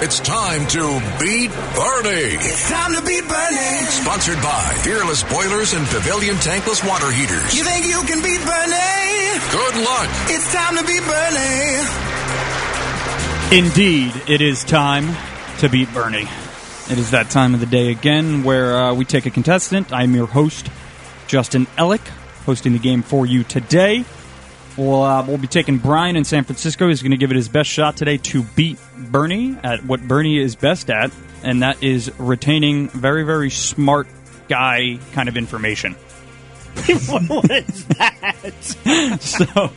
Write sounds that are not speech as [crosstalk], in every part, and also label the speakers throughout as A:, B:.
A: It's time to beat Bernie.
B: It's time to beat Bernie.
A: Sponsored by Fearless Boilers and Pavilion Tankless Water Heaters.
B: You think you can beat Bernie?
A: Good luck.
B: It's time to beat Bernie.
C: Indeed, it is time to beat Bernie. It is that time of the day again where uh, we take a contestant. I'm your host, Justin Ellick, hosting the game for you today. We'll, uh, we'll be taking Brian in San Francisco. He's going to give it his best shot today to beat Bernie at what Bernie is best at, and that is retaining very, very smart guy kind of information. [laughs]
D: [laughs] what is that?
C: So,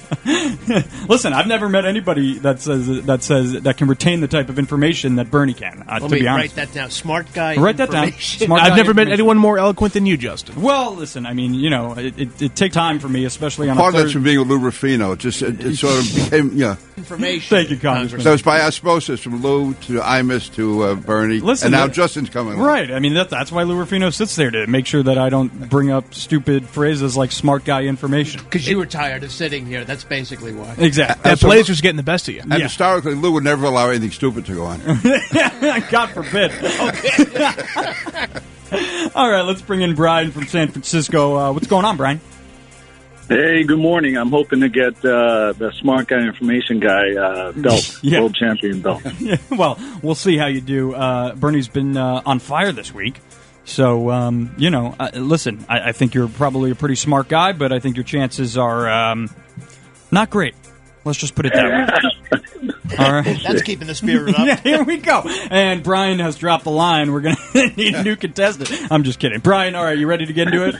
C: [laughs] listen, I've never met anybody that says that says that can retain the type of information that Bernie can. Uh, to
D: Let me
C: be
D: write
C: honest,
D: that down. Smart guy.
C: Write that down. [laughs]
D: information.
C: Smart guy
E: I've never met
C: information.
E: anyone more eloquent than you, Justin.
C: Well, listen, I mean, you know, it, it, it take time for me, especially on
F: Part
C: a
F: of that's
C: Thursday.
F: from being with Lou Ruffino. It just it, it sort
C: [laughs]
F: of became, yeah.
D: Information.
C: Thank you, Congressman.
F: So it's by osmosis from Lou to Imus to uh, Bernie.
C: Listen,
F: and now
C: that-
F: Justin's coming. along.
C: Right. I mean, that, that's why Lou Rufino sits there to make sure that I don't bring up stupid phrases like smart guy information.
D: Because you were tired of sitting here. That's basically why.
C: Exactly.
E: That place was getting the best of you.
F: And
C: Yeah.
F: historically, Lou would never allow anything stupid to
C: [laughs]
F: go on.
C: [laughs] God forbid. [laughs] All right, let's bring in Brian from San Francisco. Uh, what's going on, Brian?
G: Hey, good morning. I'm hoping to get uh, the smart guy, information guy uh, belt,
C: [laughs] Yeah.
G: world champion belt.
C: [laughs] well, we'll see how you do. Uh, Bernie's been uh, on fire this week. So, um, you know, uh, listen, I, I think you're probably a pretty smart guy, but I think your chances are um, not great. Let's just put it that way. All right. [laughs]
D: That's keeping the spirit up.
C: Yeah, here we go. And Brian has dropped the line. We're going to [laughs] need a new contestant. I'm just kidding. Brian, all right, you ready to get into it?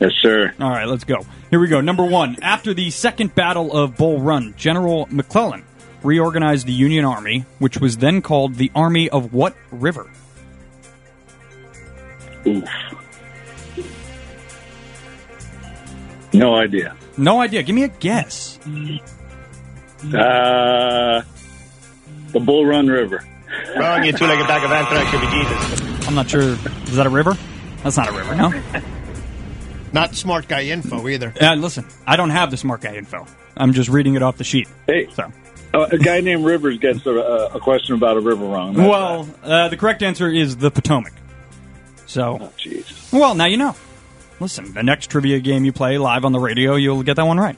G: yes, sir.
C: All right, let's go. Here we go. Number one. After the Second Battle of Bull Run, General McClellan reorganized the Union Army, which was then called the Army of what river?
G: Oof. No idea.
C: No idea. Give me a guess.
G: Uh, the Bull Run River.
H: Throwing you two like a bag of anthrax could be Jesus.
C: I'm not sure. Is that a river? That's not a river, no?
D: Not smart guy info either.
C: Uh, listen, I don't have the smart guy info. I'm just reading it off the sheet.
G: Hey,
C: So,
G: uh, a guy named Rivers gets a, a a question about a river wrong. That's
C: well, uh, the correct answer is the Potomac.
G: bad.
C: So,
G: Oh, jeez.
C: well, now you know. Listen, the next trivia game you play live on the radio, you'll get that one right.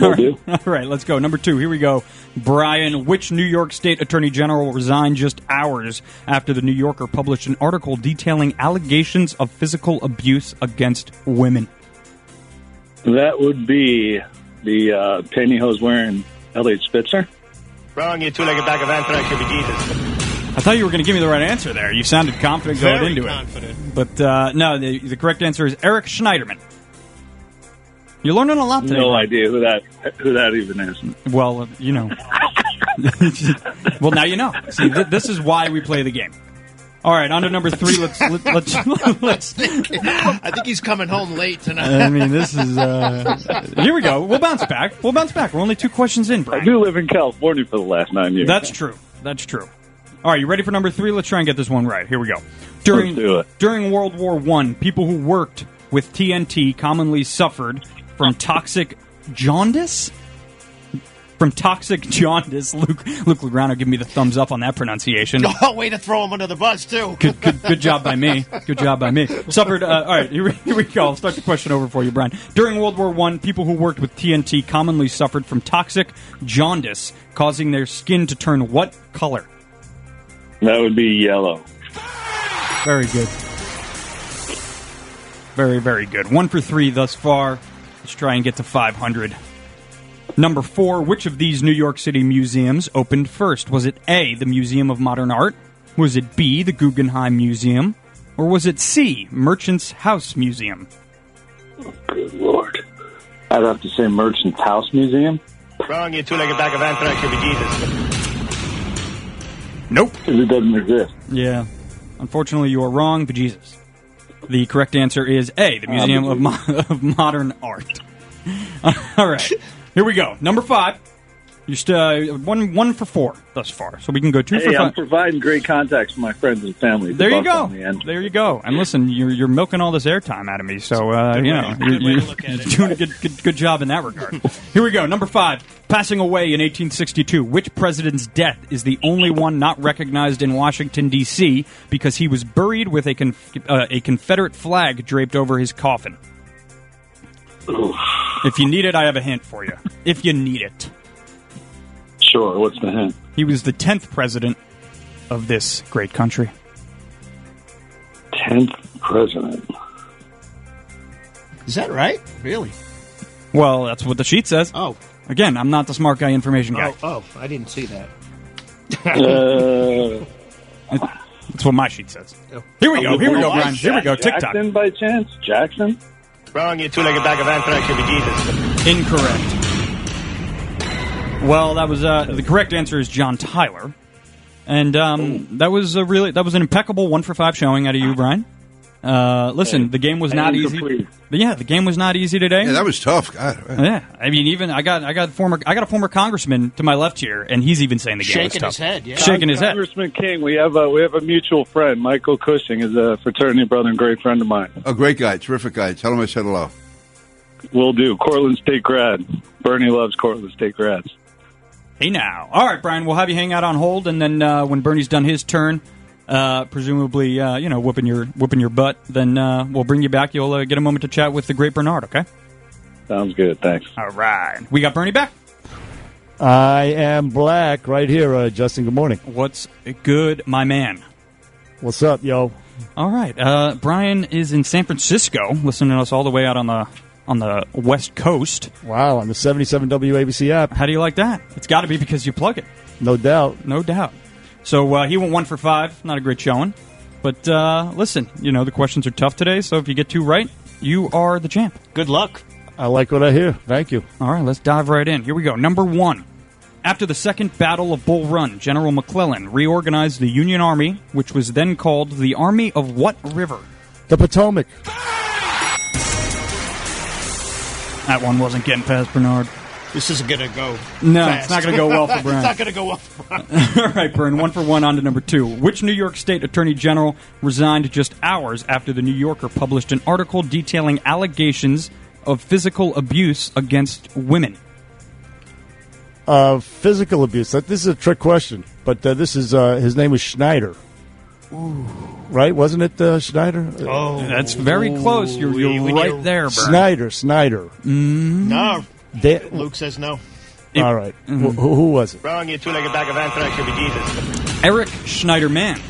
G: Will do.
C: [laughs] All right, let's go. Number two, here we go. Brian, which New York State Attorney General resigned just hours after the New Yorker published an article detailing allegations of physical abuse against women?
G: That would be the uh, pantyhose wearing Elliot Spitzer.
H: Throwing you two like a bag of anthrax could be Jesus.
C: I thought you were going to give me the right answer there. You sounded confident going
D: Very
C: into
D: confident.
C: it. But uh, no, the, the correct answer is Eric Schneiderman. You're learning a lot today.
G: No
C: Brian.
G: idea who that who that even is.
C: Well, uh, you know. [laughs] well, now you know. See, th- this is why we play the game. All right, on to number three. Let's let, let's [laughs] let's.
D: I think he's coming home late tonight. [laughs]
C: I mean, this is. Uh, [laughs] here we go. We'll bounce back. We'll bounce back. We're only two questions in,
G: I
C: Brian.
G: do live in California for the last nine years.
C: That's true. That's true. All right, you ready for number three? Let's try and get this one right. Here we go. During
G: Let's do it.
C: during World War One, people who worked with TNT commonly suffered from toxic jaundice. From toxic [laughs] jaundice, Luke Luke Lograno, give me the thumbs up on that [laughs] pronunciation.
D: Oh, way to throw him under the bus too.
C: Good, good, good job by me. Good job by me. Suffered. Uh, all right, here, we- here we go. I'll start the question over for you, Brian. During World War One, people who worked with TNT commonly suffered from toxic jaundice, causing their skin to turn what color?
G: That would be yellow.
C: Very good. Very, very good. One for three thus far. Let's try and get to 500. Number four, which of these New York City museums opened first? Was it A, the Museum of Modern Art? Was it B, the Guggenheim Museum? Or was it C, Merchant's House Museum?
G: Good lord. I'd have to say Merchant House Museum.
H: Throwing you two like a bag of anthrax could be Jesus.
C: Nope.
G: 'Cause it doesn't exist.
C: Yeah. Unfortunately, you are wrong, but Jesus. The correct answer is A,
G: Uh,
C: the Museum [laughs] of, [laughs] Mo- of Modern Art. All right. Here we go. Number five. You're still one one for four thus far, so we can go two for
G: Hey, I'm
C: five.
G: providing great contacts for my friends and family. to
C: there you
G: bump
C: go.
G: on the end.
C: There you go. And listen, you're you're milking all this airtime out of me, so uh, you know
D: way- good
C: you're,
D: way to
C: you're-
D: look at it.
C: you're [laughs] doing a good, good good job in that
D: [laughs]
C: regard. Here we go. Number five. Passing away in 1862, which president's death is the only one not recognized in Washington D.C. because he was buried with a conf- uh, a Confederate flag draped over his coffin? If you need it, I have a hint for you. If you need it.
G: Sure. What's the hint?
C: He was the 10th president of this great country.
G: Tenth president.
D: Is that right? Really?
C: Well, that's what the sheet says.
D: Oh.
C: Again, I'm not the smart guy information guy.
D: Oh, oh, I didn't see that.
G: Uh,
C: That's what my sheet says. Here we go. Here we go, Brian. Here we go.
G: Jack-
C: TikTok.
G: Jackson by chance? Jackson?
H: Wrong, you two-legged bag of anthrax, you'll be Jesus.
C: Incorrect. Well, that was uh, the correct answer is John Tyler, and
G: Oh.
C: um, that was a really that was an impeccable one for five showing out of you, Brian. Uh, listen, the game was not
G: you
C: easy.
G: complete.
C: Yeah, the game was not easy today.
F: Yeah, that was tough. God. uh,
C: Yeah, I mean, even I got I got former I got a former congressman to my left here, and he's even saying the game was
D: Shaking
C: tough.
D: his head, yeah.
C: shaking his head.
G: Congressman King, we have a we have a mutual friend. Michael Cushing is a fraternity brother and great friend of mine.
F: A great guy, terrific guy. Tell him I said hello.
G: Will do. Cortland State grad. Bernie loves Cortland State grads.
C: Hey now, all right, Brian, we'll have you hang out on hold, and then uh, when Bernie's done his turn, uh, presumably uh, you know whooping your whooping your butt, then uh, we'll bring you back. You'll uh, get a moment to chat with the great Bernard. Okay.
G: Sounds good. Thanks.
C: All right, we got Bernie back.
I: I am black right here, uh, Justin. Good morning.
C: What's good, my man?
I: What's up, yo?
C: All right, uh, Brian is in San Francisco, listening to us all the way out on the on the West Coast.
I: Wow, on the 77 WABC app,
C: How do you like that? It's got to be because you plug it.
I: no doubt.
C: No doubt. So uh, he went one for five. Not a great showing. But uh, listen, you know, the questions are tough today, so if you get two right, you are the champ.
D: Good luck.
I: I like what I hear. Thank you.
C: All right, let's dive right in. Here we go. Number one. After the Second Battle of Bull Run, General McClellan reorganized the Union Army, which was then called the Army of what river?
I: The Potomac.
C: That one wasn't getting past Bernard.
D: This isn't going to go.
C: No,
D: fast.
C: it's not going to go well for Brian.
D: [laughs] it's not going to go well for Brian.
C: [laughs] All right, Byrne, one for one on to number two. Which New York State Attorney General resigned just hours after the New Yorker published an article detailing allegations of physical abuse against women?
I: Uh, physical abuse. That- This is a trick question, but uh, this is uh, his name was Schneider. Right? Wasn't it uh, Schneider? Uh,
C: That's very close. You're,
D: we-
C: you're
D: we
C: right
D: knew.
C: there, Byrne.
I: Snyder. Snyder.
D: No.
I: Da-
D: Luke says no.
I: All right. Wh- who, who was it?
H: Wrong, you two-legged bag of anthrax, you'll be Jesus.
C: Eric Schneiderman,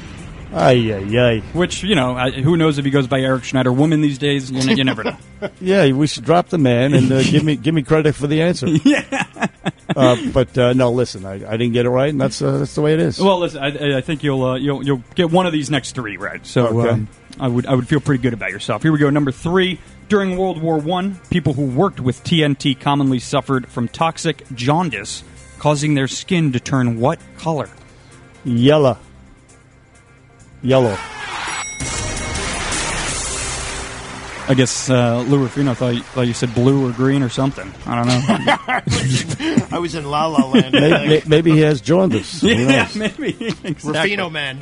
I: Ay, ay, ay.
C: which, you know, I, who knows if he goes by Eric Schneider woman these days? You, ne- you never know.
I: Yeah, we should drop the man and [laughs] uh, give me give me credit for the answer. [laughs] Yeah. uh, but uh, no, listen, I, I didn't get it right, and that's uh, that's the way it is.
C: Well, listen, I, I- I think you'll, uh, you'll you'll get one of these next three right. So
I: Okay.
C: um, I would I would feel pretty good about yourself. Here we go. Number three. During World War One, people who worked with TNT commonly suffered from toxic jaundice, causing their skin to turn what color?
I: Yellow. Yellow.
C: I guess uh, Lou Rufino thought you, thought you said blue or green or something. I don't [laughs] know.
D: I was in La La Land.
I: May-
D: I
I: may-
D: think.
I: Maybe, he has jaundice. Who
C: yeah,
I: knows?
C: maybe. [laughs] Exactly.
D: Rufino man.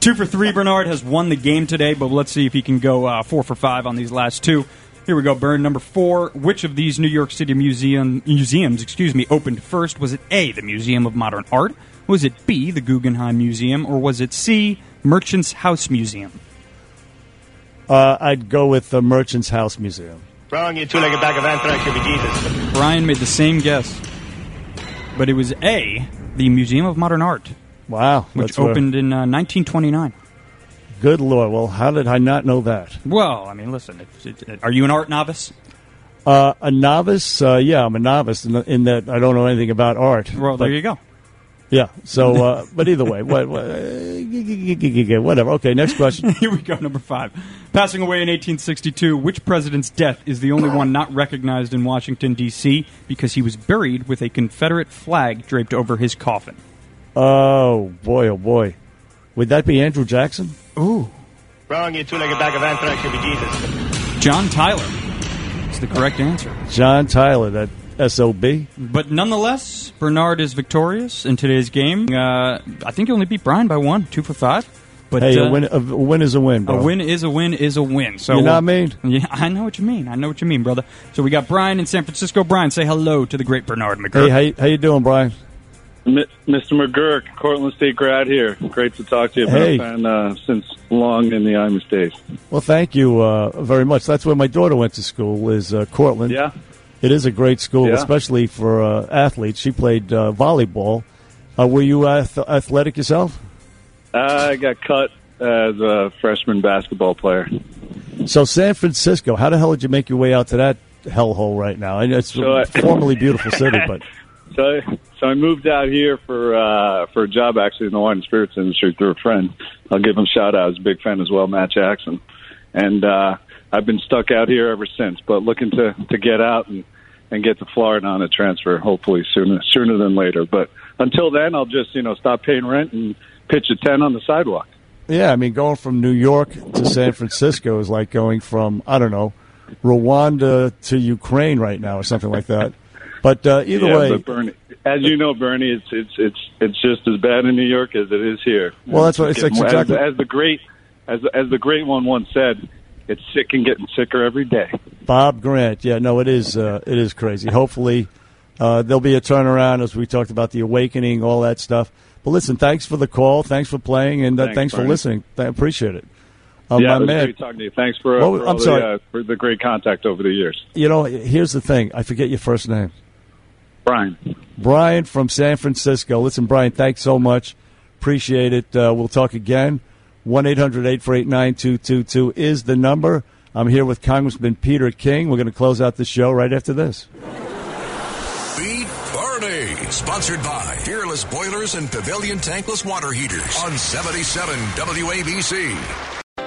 C: Two for three. Bernard has won the game today, but let's see if he can go uh, four for five on these last two. Here we go, Burn. Number four. Which of these New York City museum museums, excuse me, opened first? Was it A, the Museum of Modern Art? Was it B, the Guggenheim Museum, or was it C, Merchants House Museum?
I: Uh, I'd go with the Merchant's House Museum.
H: Wrong, you two-legged bag of anthrax, you'll be Jesus.
C: Brian made the same guess, but it was A, the Museum of Modern Art,
I: Wow.
C: which
I: that's where-
C: opened in uh, 1929.
I: good lord. Well, how did I not know that?
C: Well, I mean, listen, it, it, it- are you an art novice?
I: Uh, a novice? Uh, yeah, I'm a novice in, in that I don't know anything about art.
C: Well, there you go.
I: Yeah. So, uh, but either way, what, what, [laughs] whatever. Okay,
C: [laughs]
I: next question.
C: Here we go, number five. Passing away in 1862, which president's death is the only one not recognized in Washington, D.C., because he was buried with a Confederate flag draped over his coffin?
I: Oh boy, oh boy. Would that be Andrew Jackson?
H: Wrong, you two-legged bag of anthrax, you'll be Jesus.
C: John Tyler. That's the correct answer.
I: John Tyler, that SOB.
C: But nonetheless, Bernard is victorious in today's game. Uh, I think he only beat Brian by one, two for five. But
I: Hey,
C: uh,
I: a, win, a win is a win, bro.
C: a win is a win is a win. So uh,
I: You know what I mean?
C: Yeah, [laughs] I know what you mean. I know what you mean, brother. So we got Brian in San Francisco. Brian, say hello to the great Bernard
I: Hey,
C: McGurk.
I: how, you- how you doing, Brian?
G: M- Mr. McGurk, Cortland State grad here. Great to talk to you.
I: Hey.
G: Been a fan uh, since long in the Iowa State.
I: Well, thank you uh, very much. That's where my daughter went to school, is uh, Cortland.
G: Yeah.
I: It is a great school,
G: Yeah.
I: especially for uh, athletes. She played uh, volleyball. Uh, were you ath- athletic yourself?
G: I got cut as a freshman basketball player.
I: So San Francisco, how the hell did you make your way out to that hellhole right now? And it's
G: So I-
I: a
G: [laughs]
I: formerly beautiful city, but
G: So, so I moved out here for uh, for a job actually in the wine and spirits industry through a friend. I'll give him a shout out. He's a big fan as well, Matt Jackson. And uh, I've been stuck out here ever since, but looking to, to get out and, and get to Florida on a transfer, hopefully sooner sooner than later. But until then, I'll just you know stop paying rent and pitch a tent on the sidewalk.
I: yeah, I mean, going from New York to San Francisco is like going from I don't know Rwanda to Ukraine right now, or something like that. But uh, either
G: yeah,
I: way,
G: but Bernie, as you know, Bernie, it's it's it's it's just as bad in New York as it is here.
I: Well, that's what- it's
G: Getting-
I: exactly-
G: as, as the great as as the great one once said. It's sick and getting sicker every day.
I: Bob Grant. Yeah, no, it is. Uh, it is crazy. Hopefully, uh, there'll be a turnaround as we talked about the awakening, all that stuff. But listen, thanks for the call. Thanks for playing, and uh, thanks,
G: Thanks,
I: for
G: Bernie.
I: listening. I appreciate it. Uh,
G: yeah,
I: my
G: it was
I: man.
G: great talking to you. Thanks for, uh,
I: Well,
G: for,
I: I'm
G: all the,
I: sorry.
G: uh, for the great contact over the years,
I: You know, here's the thing. I forget your first name.
G: Brian.
I: Brian from San Francisco. Listen, Brian, thanks so much. Appreciate it. Uh, we'll talk again. 1 800 848 9222 is the number. I'm here with Congressman Peter King. We're going to close out the show right after this.
A: Beat Bernie. Sponsored by Fearless Boilers and Pavilion Tankless Water Heaters on 77 WABC.